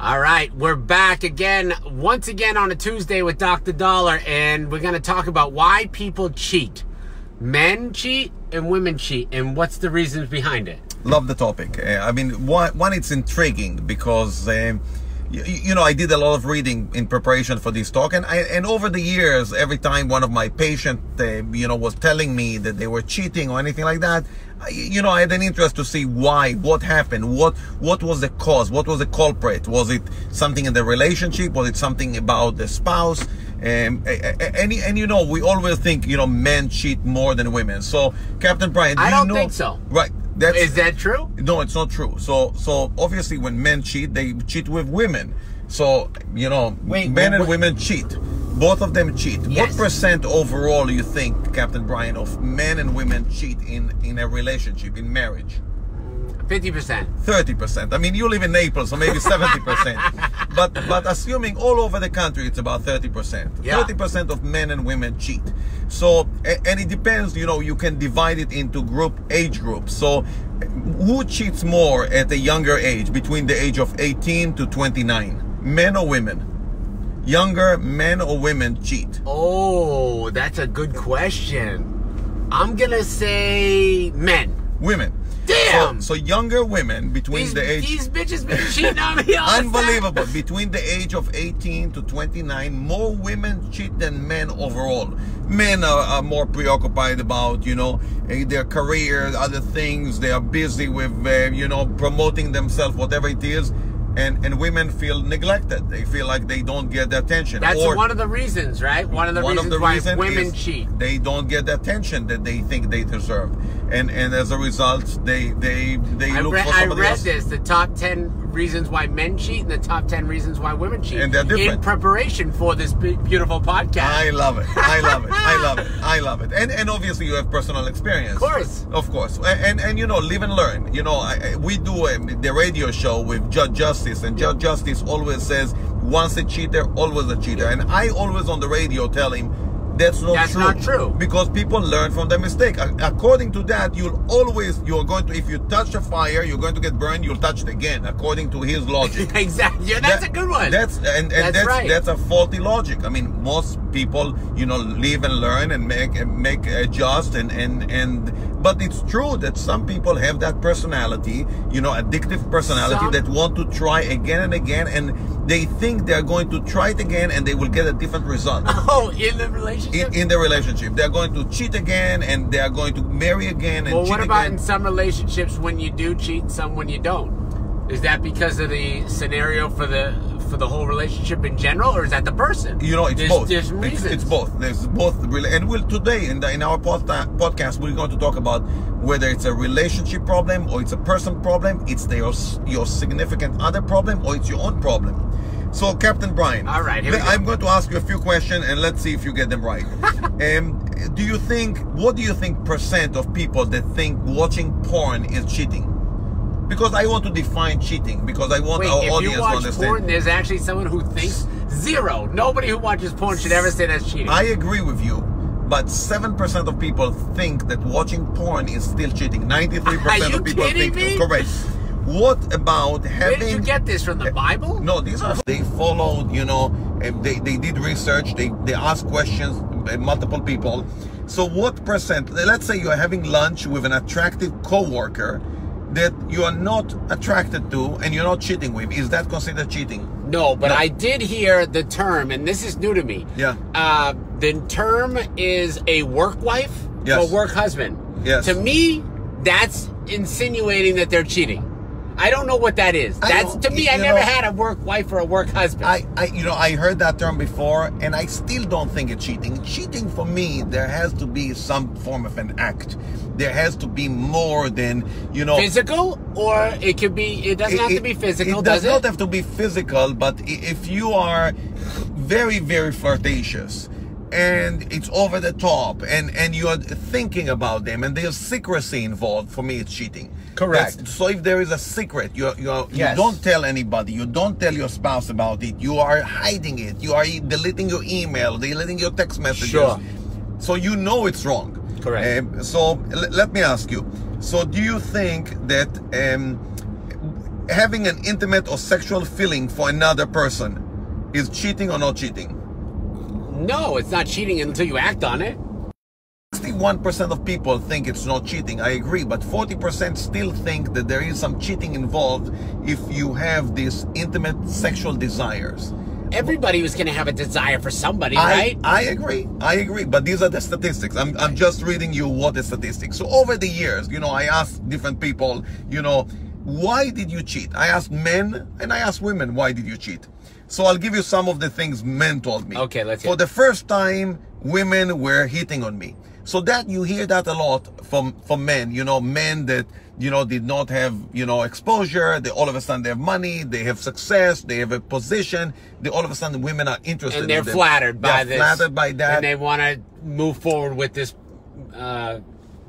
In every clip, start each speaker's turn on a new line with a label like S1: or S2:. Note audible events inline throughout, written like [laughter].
S1: All right, we're back again, once again on a Tuesday with Dr. Dollar, and we're going to talk about why people cheat. Men cheat and women cheat, and what's the reasons behind it?
S2: Love the topic. Uh, I mean, one, one, it's intriguing because. Um, you, you know, I did a lot of reading in preparation for this talk, and I, and over the years, every time one of my patients, uh, you know, was telling me that they were cheating or anything like that, I, you know, I had an interest to see why, what happened, what what was the cause, what was the culprit? Was it something in the relationship? Was it something about the spouse? Um, and, and you know, we always think you know men cheat more than women. So, Captain Brian, do
S1: I don't
S2: you know,
S1: think so.
S2: Right. That's,
S1: Is that true?
S2: No, it's not true. So, so obviously, when men cheat, they cheat with women. So, you know,
S1: Wait,
S2: men
S1: wait,
S2: and
S1: wait.
S2: women cheat. Both of them cheat.
S1: Yes.
S2: What percent overall you think, Captain Brian, of men and women cheat in in a relationship, in marriage?
S1: 50%.
S2: Thirty percent. I mean, you live in Naples, so maybe
S1: [laughs]
S2: seventy percent. But but assuming all over the country, it's about thirty percent.
S1: Yeah.
S2: Thirty percent of men and women cheat. So a- and it depends. You know, you can divide it into group age groups. So who cheats more at a younger age, between the age of eighteen to twenty nine? Men or women? Younger men or women cheat?
S1: Oh, that's a good question. I'm going to say men.
S2: Women.
S1: Damn!
S2: So, so younger women between
S1: These,
S2: the age
S1: these bitches been cheating on me all the time.
S2: Unbelievable. Between the age of 18 to 29, more women cheat than men overall. Men are, are more preoccupied about, you know, eh, their career, other things. They are busy with, uh, you know, promoting themselves, whatever it is. And, and women feel neglected. They feel like they don't get the attention.
S1: That's
S2: or
S1: one of the reasons, right? One of the
S2: one
S1: reasons
S2: of the
S1: why
S2: reasons
S1: women
S2: is
S1: cheat.
S2: They don't get the attention that they think they deserve, and and as a result, they they they
S1: I,
S2: look
S1: re-
S2: for
S1: I
S2: somebody
S1: read
S2: else.
S1: this: the top ten reasons why men cheat and the top ten reasons why women cheat.
S2: And they're
S1: In
S2: different.
S1: preparation for this be- beautiful podcast,
S2: I love it. I love it. I love it. I love it. And and obviously you have personal experience. Of
S1: course. [laughs]
S2: Of course. And and, and you know live and learn. You know I, I- we do um, the radio show with Judge Justice, and Judge Justice always says once a cheater, always a cheater. And I always on the radio tell him. That's not
S1: That's
S2: true.
S1: not true.
S2: Because people learn from their mistake. A- According to that, you'll always you're going to if you touch a fire, you're going to get burned. You'll touch it again, according to his logic.
S1: exactly. Yeah, that's
S2: That-
S1: a good one.
S2: That's and, and
S1: That's
S2: that's
S1: right.
S2: that's, a faulty logic. I mean, most people, you know, live and learn and make and make adjust and and and. But it's true that some people have that personality, you know, addictive personality
S1: Some-
S2: that want to try again and again, and they think they're going to try it again and they will get a
S1: [laughs]
S2: different result.
S1: oh, in the relationship.
S2: In, in their relationship, they're going to cheat again, and they are going to marry again, and
S1: well,
S2: cheat
S1: what about in
S2: again.
S1: some relationships when you do cheat, and some when you don't? Is that because of the scenario for the for the whole relationship in general, or is that the person?
S2: you know, it's
S1: there's,
S2: both.
S1: There's
S2: It's-
S1: reasons.
S2: It's, both. There's both. rela- And we'll today in the, in our podta- podcast, we're going to talk about whether it's a relationship problem or it's a person problem, it's the, your s- your significant other problem or it's your own problem. So, Captain Brian,
S1: All right, here we
S2: le-
S1: go.
S2: I'm going to ask you a few questions and let's see if you get them
S1: [laughs]
S2: right. um, do you think? What do you think percent of people that think watching porn is cheating? Because I want to define cheating because I want
S1: Wait,
S2: our
S1: if
S2: audience
S1: you
S2: to
S1: watch
S2: understand.
S1: porn, there's actually someone who thinks zero. Nobody who watches porn should ever say that's cheating.
S2: I agree with you, but 7% of people think that watching porn is still cheating.
S1: [laughs]
S2: 93%
S1: Are you
S2: of people
S1: kidding
S2: think
S1: me?
S2: correct. What about
S1: Where
S2: having
S1: did you get this from the Bible?
S2: eh, No, these are they followed, you know, um, they they did research, they they asked questions uh, multiple people. So what percent let's say you're having lunch with an attractive coworker that you are not attracted to and you're not cheating with, is that considered cheating?
S1: No, but
S2: No.
S1: I did hear the term, and this is new to me.
S2: Yeah.
S1: Uh, the term is a work wife
S2: Yes.
S1: or work husband.
S2: Yes.
S1: To me, that's insinuating that they're cheating. I don't know what that is.
S2: I
S1: That's
S2: don't- e,
S1: to me. I
S2: you
S1: never
S2: know-
S1: had a work wife or a work husband.
S2: I, I you know I heard that term before and I still don't think it's cheating. Cheating for me there has to be some form of an act. There has to be more than you know
S1: physical, or it could be. It doesn't have to be physical,
S2: it does,
S1: does it?
S2: not have to be physical, but i- if you are very, very flirtatious and it's over the top and, and you're thinking about them and there's secrecy involved, for me it's cheating.
S1: Correct.
S2: That's- so if there is a secret, you're, you're,
S1: Yes.
S2: you don't tell anybody, you don't tell your spouse about it, you are hiding it, you are e-, deleting your email, deleting your text messages.
S1: Sure.
S2: So you know it's wrong.
S1: Correct.
S2: Um, so l- let me ask you. So do you think that um, having an intimate or sexual feeling for another person is cheating or not cheating.
S1: No, it's not cheating until you act on it.
S2: 61% of people think it's not cheating. I agree, but 40% still think that there is some cheating involved if you have these intimate sexual desires.
S1: Everybody was going to have a desire for somebody,
S2: I,
S1: right?
S2: I agree. I agree. But these are the statistics. I'm, I'm just reading you what the statistics. So over the years, you know, I asked different people, you know, why did you cheat? I asked men and I asked women, why did you cheat? So I'll give you some of the things men told me.
S1: Okay, let's hear
S2: For
S1: it.
S2: the first time, women were hitting on me. So that you hear that a lot from from men, you know, men that you know did not have you know exposure. They all of a sudden they have money, they have success, they have a position. They all of a sudden women are interested.
S1: and they're
S2: in them.
S1: flattered by this.
S2: They're Flattered by that.
S1: And they want to move forward with this uh,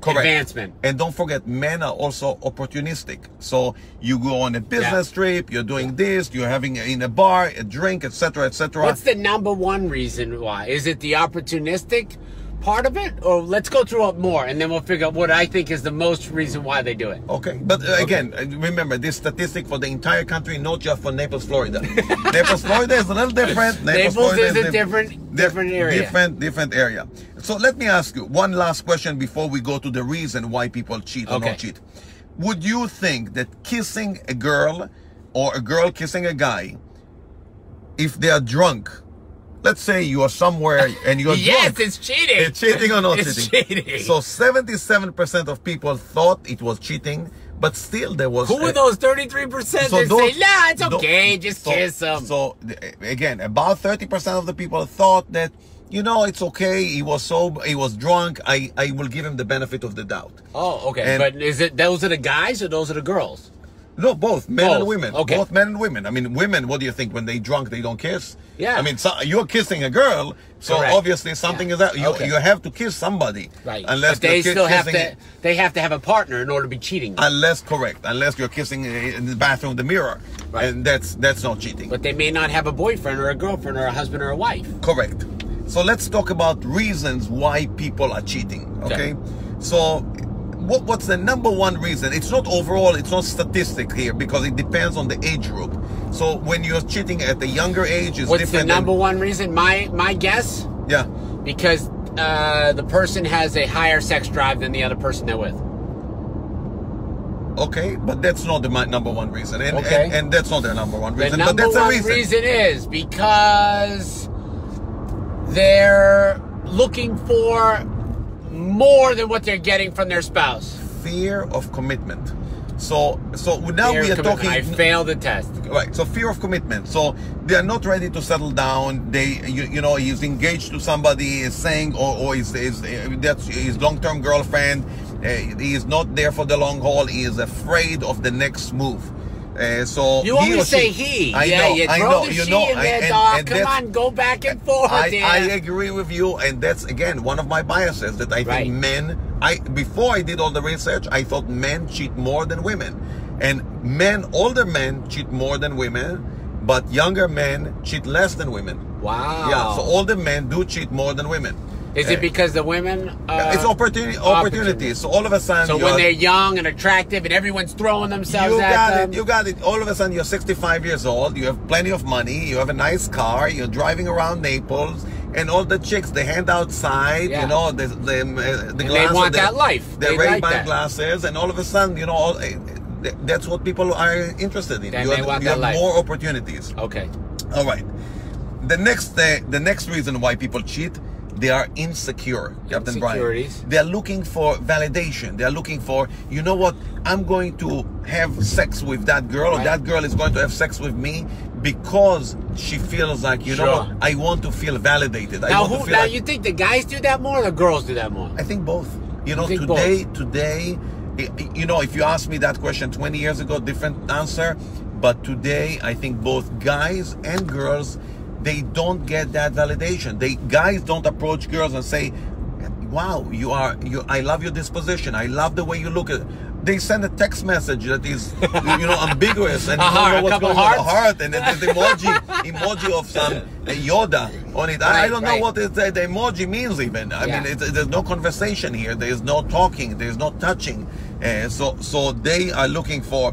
S2: Correct.
S1: advancement.
S2: And don't forget, men are also opportunistic. So you go on a business
S1: Yeah.
S2: trip, you're doing this, you're having a, in a bar a drink, etc., etc.
S1: What's the number one reason why? Is it the opportunistic part of it? Or let's go through it more and then we'll figure out what I think is the most reason why they do it.
S2: Okay, but uh, again, uh, remember this statistic for the entire country, not just for Naples, Florida. [laughs] Naples, Florida is a
S1: [laughs]
S2: little different.
S1: Naples
S2: Florida
S1: is a
S2: diff-
S1: different-
S2: diff-
S1: different area.
S2: Different, different area. So let me ask you one last question before we go to the reason why people cheat or
S1: Okay.
S2: not cheat. Would you think that kissing a girl or a girl kissing a guy, if they are drunk, let's say you are somewhere and
S1: [laughs]
S2: you're
S1: yes,
S2: drunk,
S1: it's cheating.
S2: it's [laughs] cheating or
S1: [laughs]
S2: not
S1: It's
S2: cheating?
S1: cheating.
S2: So 77% of people thought it was cheating, but still there was.
S1: Who
S2: a-
S1: are those 33% that
S2: those-
S1: say, nah, it's
S2: tho-
S1: okay, just
S2: so-
S1: kiss them?
S2: So th- again, about 30% of the people thought that, you know, it's okay. He was sober. He was drunk. I, I will give him the benefit of the doubt.
S1: oh, okay.
S2: and-
S1: but is it those are the guys or those are the girls?
S2: No, both men and
S1: Both,
S2: women.
S1: okay.
S2: Both men and women. I mean, women. What do you think when they drunk? They don't kiss.
S1: Yeah.
S2: I mean, so, you're kissing a girl, so
S1: Correct.
S2: obviously something
S1: Yeah.
S2: is that you
S1: Okay.
S2: you have to kiss somebody.
S1: Right.
S2: Unless
S1: but they
S2: you're ki-
S1: still have
S2: kissing-
S1: to, they have to have a partner in order to be cheating.
S2: unless correct unless you're kissing in the bathroom the mirror
S1: Right.
S2: and that's that's not cheating
S1: but they may not have a boyfriend or a girlfriend or a husband or a wife.
S2: correct so let's talk about reasons why people are cheating okay,
S1: Okay.
S2: so what, what's the number one reason it's not overall it's not statistic here because it depends on the age group so when you're cheating at a younger age is
S1: What's the
S2: different
S1: number one reason? My my guess,
S2: than, yeah
S1: because uh, the person has a higher sex drive than the other person they're with.
S2: okay but that's not the mi- number one reason and,
S1: Okay.
S2: and, and that's not the number one
S1: The
S2: reason but
S1: number
S2: that's
S1: one
S2: a reason,
S1: reason is because they're looking for more than what they're getting from their spouse.
S2: fear of commitment so so now
S1: Their
S2: we are
S1: commitment.
S2: talking
S1: I failed the test.
S2: right so fear of commitment so they are not ready to settle down they you, you know he's engaged to somebody is saying or, or is, is that's his long-term girlfriend uh, he is not there for the long haul he is afraid of the next move uh, so
S1: You
S2: he or
S1: always
S2: she-
S1: say he.
S2: I
S1: yeah,
S2: know,
S1: you throw
S2: I know,
S1: the
S2: you
S1: she
S2: know,
S1: in
S2: I-
S1: there,
S2: and-
S1: dog.
S2: and
S1: Come
S2: that's-
S1: on, go back and forth.
S2: I,
S1: there.
S2: I agree with you, and that's again one of my biases that I
S1: Right.
S2: think men. I before I did all the research, I thought men cheat more than women, and men, older men, cheat more than women, but younger men cheat less than women.
S1: wow.
S2: Yeah, so older men do cheat more than women.
S1: Is
S2: Uh,
S1: it because the women? Uh,
S2: it's opportunity, opportunities. So all of a sudden,
S1: So
S2: you're-
S1: when they're young and attractive and everyone's throwing themselves
S2: you
S1: at
S2: got
S1: them.
S2: it. You got it. All of a sudden, you're 65 years old. You have plenty of money. You have a nice car. You're driving around Naples, and all the chicks they hand outside. You
S1: Yeah.
S2: know the the, uh, the
S1: they
S2: glasses.
S1: want that life.
S2: The
S1: They
S2: Ray
S1: like that.
S2: glasses, and all of a sudden, you know, all, eh, eh, that's what people are interested in.
S1: Then
S2: you
S1: they
S2: have,
S1: want
S2: you
S1: that
S2: have
S1: life.
S2: more opportunities.
S1: okay.
S2: All right. The next uh, the next reason why people cheat, they are insecure, Captain Brian.
S1: Insecurities.
S2: They are looking for validation. They are looking for, you know what, I'm going to have sex with that girl or
S1: Right.
S2: that girl is going to have sex with me because she feels like, you know
S1: Sure.
S2: what, I want to feel validated. I
S1: Now
S2: want to
S1: who?
S2: feel
S1: Now
S2: like-
S1: you think the guys do that more or the girls do that more?
S2: I think both. You know,
S1: think
S2: today, today, i- i- you know, if you asked me that question 20 years ago, different answer. But today, I think both guys and girls, they don't get that validation. They guys don't approach girls and say, "Wow, you are you. I love your disposition. I love the way you look at." They send a text message that is, you know, ambiguous
S1: [laughs]
S2: and
S1: A
S2: you don't
S1: heart,
S2: know
S1: a
S2: what's
S1: couple
S2: going on. A
S1: hearts?
S2: heart and then the
S1: [laughs]
S2: emoji, emoji of some uh, Yoda on it. I I
S1: Right,
S2: don't know
S1: right.
S2: what it, the, the emoji means even. I
S1: Yeah.
S2: mean, it's, there's no conversation here. There's no talking. There's no touching. Uh, so so they are looking for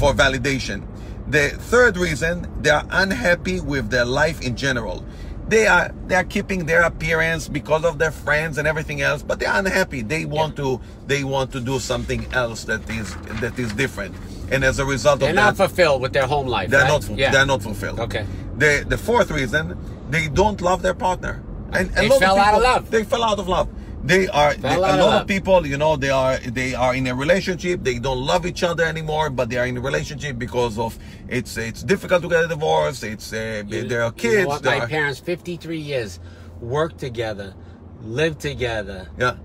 S2: for validation. The third reason they are unhappy with their life in general. They are they are keeping their appearance because of their friends and everything else, but they're unhappy. They want to they want to do something else that is that is different. And as a result
S1: They're
S2: of
S1: not
S2: that,
S1: fulfilled with their home life.
S2: they're
S1: right?
S2: not ful-
S1: Yeah.
S2: they're not fulfilled.
S1: Okay.
S2: The the fourth reason they don't love their partner. And a
S1: They
S2: lot
S1: fell
S2: of
S1: out
S2: people,
S1: of love.
S2: They fell out of love. They are they- a
S1: out
S2: lot
S1: of
S2: of,
S1: love.
S2: people. You know, they are they are in a relationship. They don't love each other anymore, but they are in a relationship because of it's it's difficult to get a divorce. It's uh, there are
S1: You
S2: kids.
S1: know what?
S2: there
S1: My
S2: are-
S1: parents, 53 years, worked together, lived together,
S2: yeah,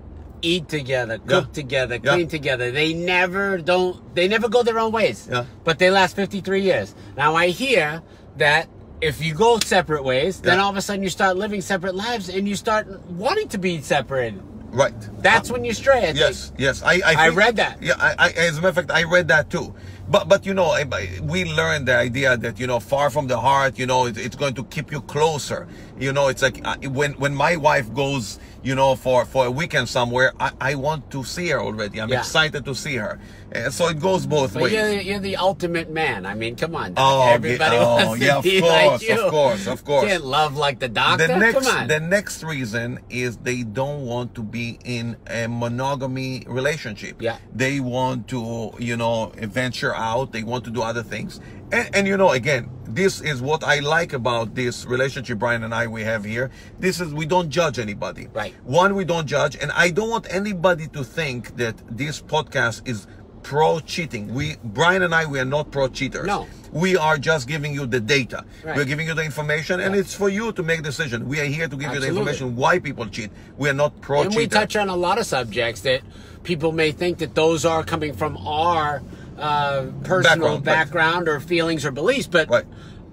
S1: eat together, cook
S2: Yeah.
S1: together,
S2: Yeah.
S1: clean together. They never don't. They never go their own ways.
S2: Yeah.
S1: But they last 53 years. Now I hear that if you go separate ways, then
S2: Yeah.
S1: all of a sudden you start living separate lives and you start wanting to be separated.
S2: right.
S1: That's when you stray. I think.
S2: Uh, Yes, yes. I I,
S1: I
S2: think-
S1: read that.
S2: Yeah, I, I, as a matter of fact, I read that too. But but you know, I, I- we learned the idea that you know, far from the heart, you know, it, it's going to keep you closer. You know, it's like uh, when when my wife goes, you know, for for a weekend somewhere, I, I want to see her already. I'm
S1: Yeah.
S2: excited to see her. And so it goes both
S1: But
S2: ways.
S1: you're, you're the ultimate man. I mean, come on.
S2: Oh,
S1: everybody
S2: yeah, oh,
S1: wants to
S2: yeah, of
S1: be
S2: course,
S1: like you.
S2: of course, of course.
S1: Can't love like the doctor.
S2: the next
S1: come on.
S2: the next reason is they don't want to be in a monogamy relationship
S1: Yeah.
S2: they want to you know venture out they want to do other things and, and you know again this is what i like about this relationship brian and i we have here this is we don't judge anybody
S1: Right.
S2: one we don't judge and i don't want anybody to think that this podcast is pro cheating we brian and i we are not pro cheaters
S1: No.
S2: we are just giving you the data
S1: Right.
S2: we're giving you the information and
S1: Yeah.
S2: it's for you to make decision we are here to give you the
S1: Absolutely.
S2: information why people cheat we are not pro
S1: and
S2: cheaters
S1: we touch on a lot of subjects that people may think that those are coming from our uh, personal
S2: Background,
S1: background,
S2: right.
S1: or feelings or beliefs, but
S2: Right.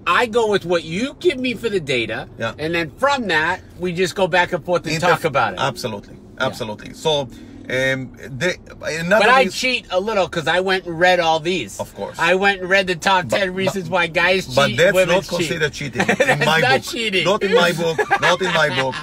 S1: I go with what you give me for the data,
S2: Yeah.
S1: and then from that we just go back and forth and
S2: Interf-
S1: talk about it.
S2: absolutely absolutely so um they another
S1: but I
S2: reas-
S1: cheat a little because I went and read all these.
S2: Of course.
S1: I went and read the top
S2: But-
S1: ten reasons
S2: but-
S1: why guys cheat.
S2: but that's
S1: women
S2: not
S1: cheat.
S2: considered
S1: [laughs]
S2: cheating in
S1: That's
S2: my
S1: not
S2: book
S1: cheating.
S2: not in my book not in my
S1: [laughs]
S2: book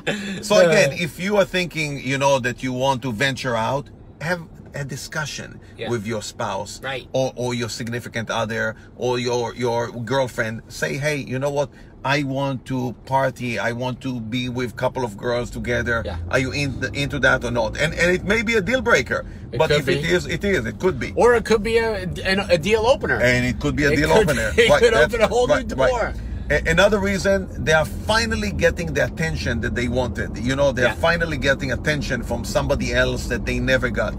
S2: so again if you are thinking you know that you want to venture out have a discussion
S1: Yeah.
S2: with your spouse
S1: Right.
S2: or, or your significant other or your your girlfriend say hey you know what i want to party i want to be with a couple of girls together
S1: Yeah.
S2: are you in into that or not and and it may be a deal breaker
S1: It
S2: but
S1: could
S2: if
S1: be.
S2: it is it is it could be
S1: Or it could be a, an, a deal opener.
S2: and it could be a
S1: It
S2: deal
S1: could-
S2: opener.
S1: [laughs] it could
S2: that's-
S1: open a whole new door.
S2: A- Another reason they are finally getting the attention that they wanted. You know, they're
S1: Yeah.
S2: finally getting attention from somebody else that they never got.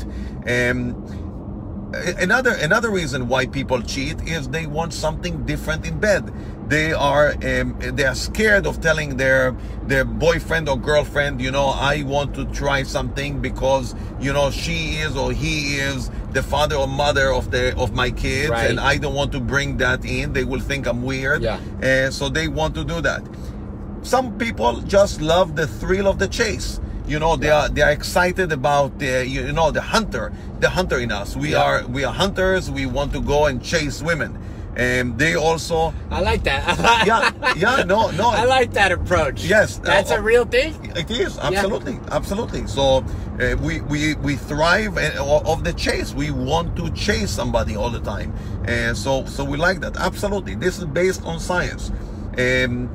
S2: Um, a- another another reason why people cheat is they want something different in bed. They are um, they are scared of telling their their boyfriend or girlfriend, you know, I want to try something because you know she is or he is the father or mother of the of my kids,
S1: Right.
S2: and I don't want to bring that in. They will think I'm weird,
S1: Yeah.
S2: Uh, so they want to do that some people just love the thrill of the chase you know they are they are excited about the you know the hunter the hunter in us we
S1: Yeah.
S2: are we are hunters we want to go and chase women and they also
S1: I like [laughs] that.
S2: yeah yeah no no
S1: [laughs] I like that approach.
S2: Yes.
S1: That's
S2: Uh,
S1: a real thing.
S2: it is absolutely absolutely so uh, we we we thrive uh, o- of the chase we want to chase somebody all the time and so so we like that absolutely this is based on science um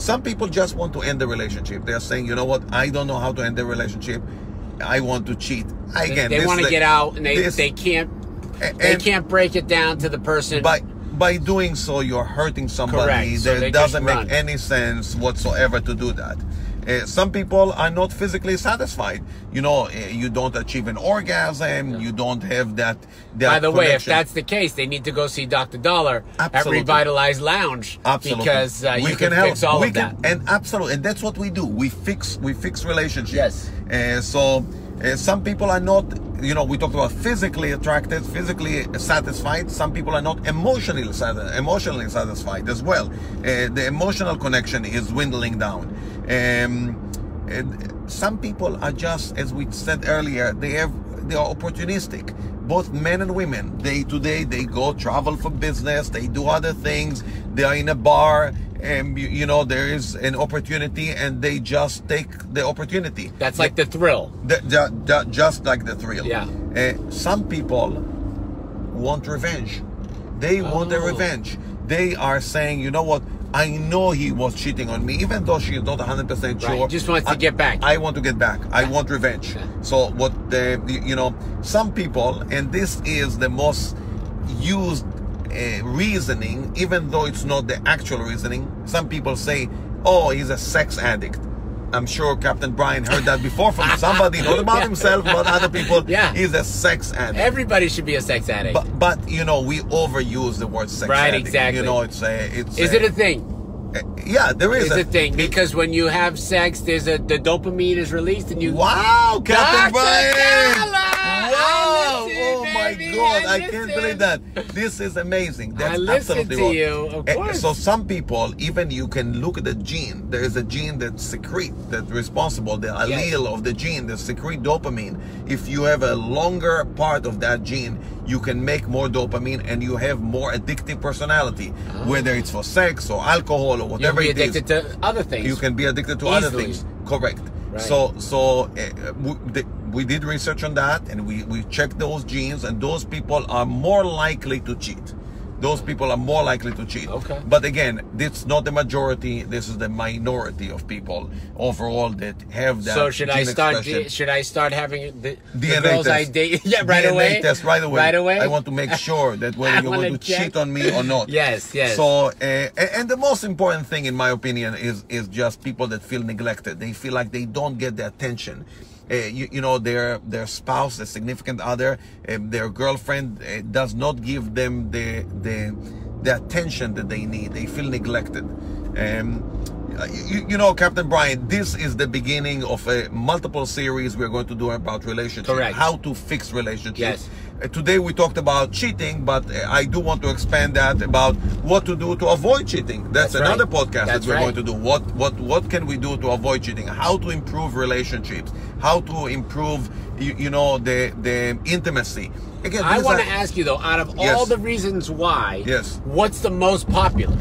S2: some people just want to end the relationship they're saying you know what i don't know how to end the relationship i want to cheat again
S1: they
S2: this
S1: want to
S2: le-
S1: get out and they,
S2: this-
S1: they can't
S2: a-
S1: they
S2: and-
S1: can't break it down to the person.
S2: by by doing so you're hurting somebody
S1: Correct. So
S2: that
S1: they just
S2: doesn't make
S1: run.
S2: any sense whatsoever to do that Uh, some people are not physically satisfied you know uh, you don't achieve an orgasm you don't have that, that
S1: by the way, if
S2: connection.
S1: that's the case, they need to go see Dr. Dollar at
S2: Absolutely.
S1: Revitalized Lounge
S2: Absolutely.
S1: because uh,
S2: we
S1: you
S2: can,
S1: can,
S2: help.
S1: fix all
S2: we
S1: of
S2: can,
S1: that.
S2: And absolutely, and that's what we do. We fix we fix relationships.
S1: Yes.
S2: Uh, so uh, some people are not, you know, we talked about physically attracted, physically satisfied. Some people are not emotionally sati- emotionally satisfied as well. Uh, the emotional connection is dwindling down. Um, and some people are just, as we said earlier, they have they are opportunistic. Both men and women, they today they go travel for business, they do other things. They are in a bar, and you, you know there is an opportunity and they just take the opportunity
S1: That's like the thrill.
S2: The- ju- ju- just like the thrill
S1: Yeah.
S2: Uh, some people want revenge they want the
S1: Oh.
S2: revenge they are saying you know what i know he was cheating on me even though she's not 100%
S1: Right,
S2: sure
S1: just wants to
S2: I-
S1: get back.
S2: i want to get back i want revenge
S1: Yeah.
S2: so what the you know some people and this is the most used uh, reasoning even though it's not the actual reasoning some people say oh he's a sex addict i'm sure captain brian heard that before
S1: [laughs]
S2: from somebody not about himself but other people
S1: Yeah.
S2: he's a sex addict
S1: Everybody should be a sex addict.
S2: but but you know we overuse the word sex
S1: Right,
S2: addict.
S1: exactly.
S2: you know it's a it's
S1: is it a thing?
S2: yeah there is
S1: Is a thing
S2: be-
S1: because when you have sex, there's a the dopamine is released and you.
S2: Wow, Captain
S1: Dr.
S2: Brian!
S1: Dollar!
S2: Wow!
S1: I listened,
S2: oh my
S1: baby,
S2: God!
S1: I
S2: I, can't
S1: listened.
S2: believe that. This is amazing. That's
S1: listened
S2: absolutely
S1: to
S2: wrong.
S1: you, of
S2: Eh,
S1: course.
S2: So some people, even you can look at the gene. There is a gene that secrete that's responsible. The
S1: Yes.
S2: allele of the gene that secrete dopamine. If you have a longer part of that gene, you can make more dopamine, and you have more addictive personality, whether it's for sex or alcohol or
S1: Ah. You'll
S2: whatever
S1: be
S2: it is
S1: addicted to other things.
S2: you can be addicted to other
S1: Easily.
S2: things correct
S1: Right.
S2: so so uh, we, the, we did research on that and we we checked those genes and those people are more likely to cheat those people are more likely to cheat
S1: Okay.
S2: but again it's not the majority this is the minority of people overall that have that
S1: So should
S2: uh, gene
S1: I start?
S2: expression.
S1: Should I start having the, the
S2: DNA
S1: girls
S2: test.
S1: I date? [laughs] Yeah, right
S2: DNA
S1: away.
S2: Test right away.
S1: Right away.
S2: I want to make sure that
S1: [laughs] I
S2: whether you
S1: wanna
S2: want to
S1: check.
S2: cheat on me or not.
S1: [laughs] Yes, yes.
S2: So, uh, and, and the most important thing, in my opinion, is is just people that feel neglected. They feel like they don't get the attention. Uh, you, you know their their spouse, their significant other, um, their girlfriend uh, does not give them the the the attention that they need. They feel neglected. Um, uh, you, you know, Captain Brian, this is the beginning of a multiple series we're going to do about relationships.
S1: Correct.
S2: How to fix relationships.
S1: Yes.
S2: Uh, today we talked about cheating, but uh, I do want to expand that about what to do to avoid cheating. That's,
S1: That's
S2: another
S1: right.
S2: podcast
S1: That's
S2: that we're
S1: right.
S2: going to do. What what what can we do to avoid cheating? How to improve relationships? How to improve you, you know the the intimacy? Again,
S1: I
S2: these
S1: want
S2: are-
S1: to ask you though, out of all
S2: Yes.
S1: the reasons why,
S2: Yes.
S1: what's the most popular?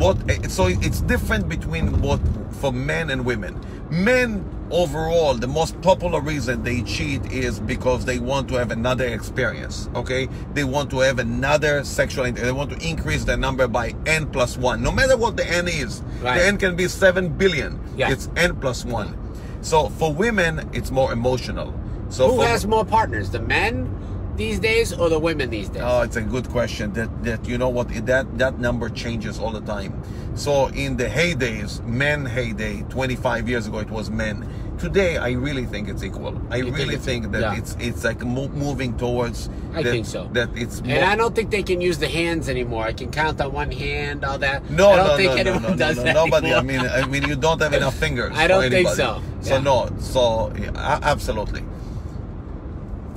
S2: what eh, so it's different between what for men and women men overall the most popular reason they cheat is because they want to have another experience okay they want to have another sexual inter- they want to increase the number by n plus 1 no matter what the n is
S1: Right.
S2: the n can be 7 billion
S1: Yeah.
S2: it's n plus 1 so for women it's more emotional so
S1: Who
S2: for,
S1: has more partners, the men these days or the women these days?
S2: Oh, it's a good question. That that you know what that that number changes all the time. So in the heydays, men heyday, 25 years ago it was men. Today I really think it's equal. I
S1: think
S2: really
S1: it's-
S2: think, that
S1: yeah.
S2: it's it's like mo- moving towards.
S1: I
S2: that,
S1: think so.
S2: That it's more.
S1: and I don't think they can use the hands anymore. I can count on one hand, all that.
S2: no,
S1: I don't
S2: no,
S1: think
S2: no, no,
S1: anyone
S2: no, no,
S1: does
S2: no,
S1: that
S2: nobody. I
S1: anymore.
S2: mean, I mean, you don't
S1: [laughs]
S2: have enough fingers.
S1: I don't
S2: for
S1: think
S2: anybody.
S1: so.
S2: So
S1: Yeah.
S2: no, so yeah, a- absolutely.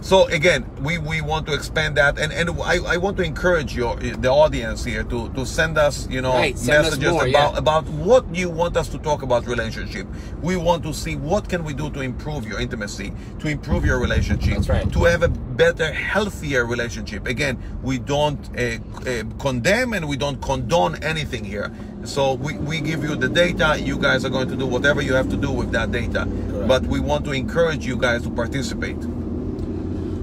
S2: So again, we, we want to expand that, and, and I, I want to encourage your the audience here to, to send us you know
S1: Right, send us
S2: messages
S1: more,
S2: about
S1: yeah.
S2: about what you want us to talk about relationship. We want to see what can we do to improve your intimacy, to improve your relationship,
S1: That's right.
S2: to have a better, healthier relationship. Again, we don't uh, uh, condemn and we don't condone anything here. So we, we give you the data. You guys are going to do whatever you have to do with that data, but we want to encourage you guys to participate.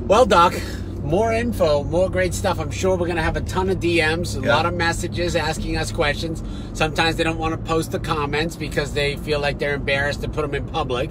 S1: Well, Doc, more info, more great stuff. I'm sure we're going to have a ton of DMs, a
S2: Yeah.
S1: lot of messages asking us questions. Sometimes they don't want to post the comments because they feel like they're embarrassed to put them in public.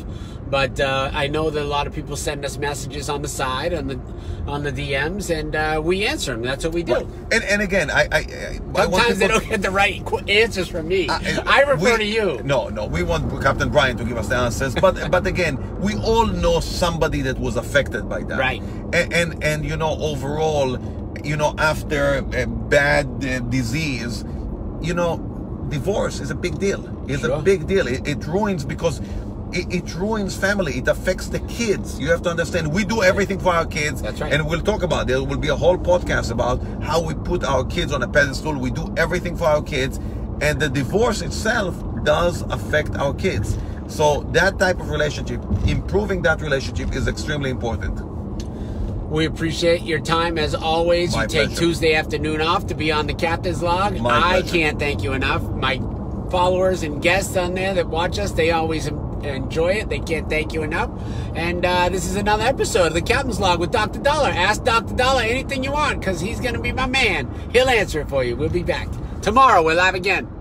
S1: But uh, I know that a lot of people send us messages on the side, on the on the DMs, and uh, we answer them. That's what we do.
S2: And, and again, I, I, I I want
S1: Sometimes they
S2: people-
S1: don't get the right qu- answers from me.
S2: I-
S1: I, refer
S2: we-
S1: to you.
S2: No, no, we want Captain Brian to give us the answers,
S1: [laughs]
S2: but but again, we all know somebody that was affected by that,
S1: Right.
S2: And and, and you know, overall, you know, after a bad uh, disease, you know, divorce is a big deal. It's
S1: Sure.
S2: a big deal. It, it ruins because. It, it ruins family. It affects the kids. You have to understand. We do everything for our kids,
S1: That's right.
S2: and we'll talk about. There will be a whole podcast about how we put our kids on a pedestal. We do everything for our kids, and the divorce itself does affect our kids. So that type of relationship, improving that relationship, is extremely important.
S1: We appreciate your time as always.
S2: My
S1: you take
S2: pleasure.
S1: Tuesday afternoon off to be on the captain's log.
S2: My
S1: I
S2: pleasure.
S1: can't thank you enough. My followers and guests on there that watch us, they always en- enjoy it. They can't thank you enough. And uh, this is another episode of the captain's log with Dr. Dollar. Ask Dr. Dollar anything you want because he's going to be my man. He'll answer it for you. We'll be back tomorrow. We're live again.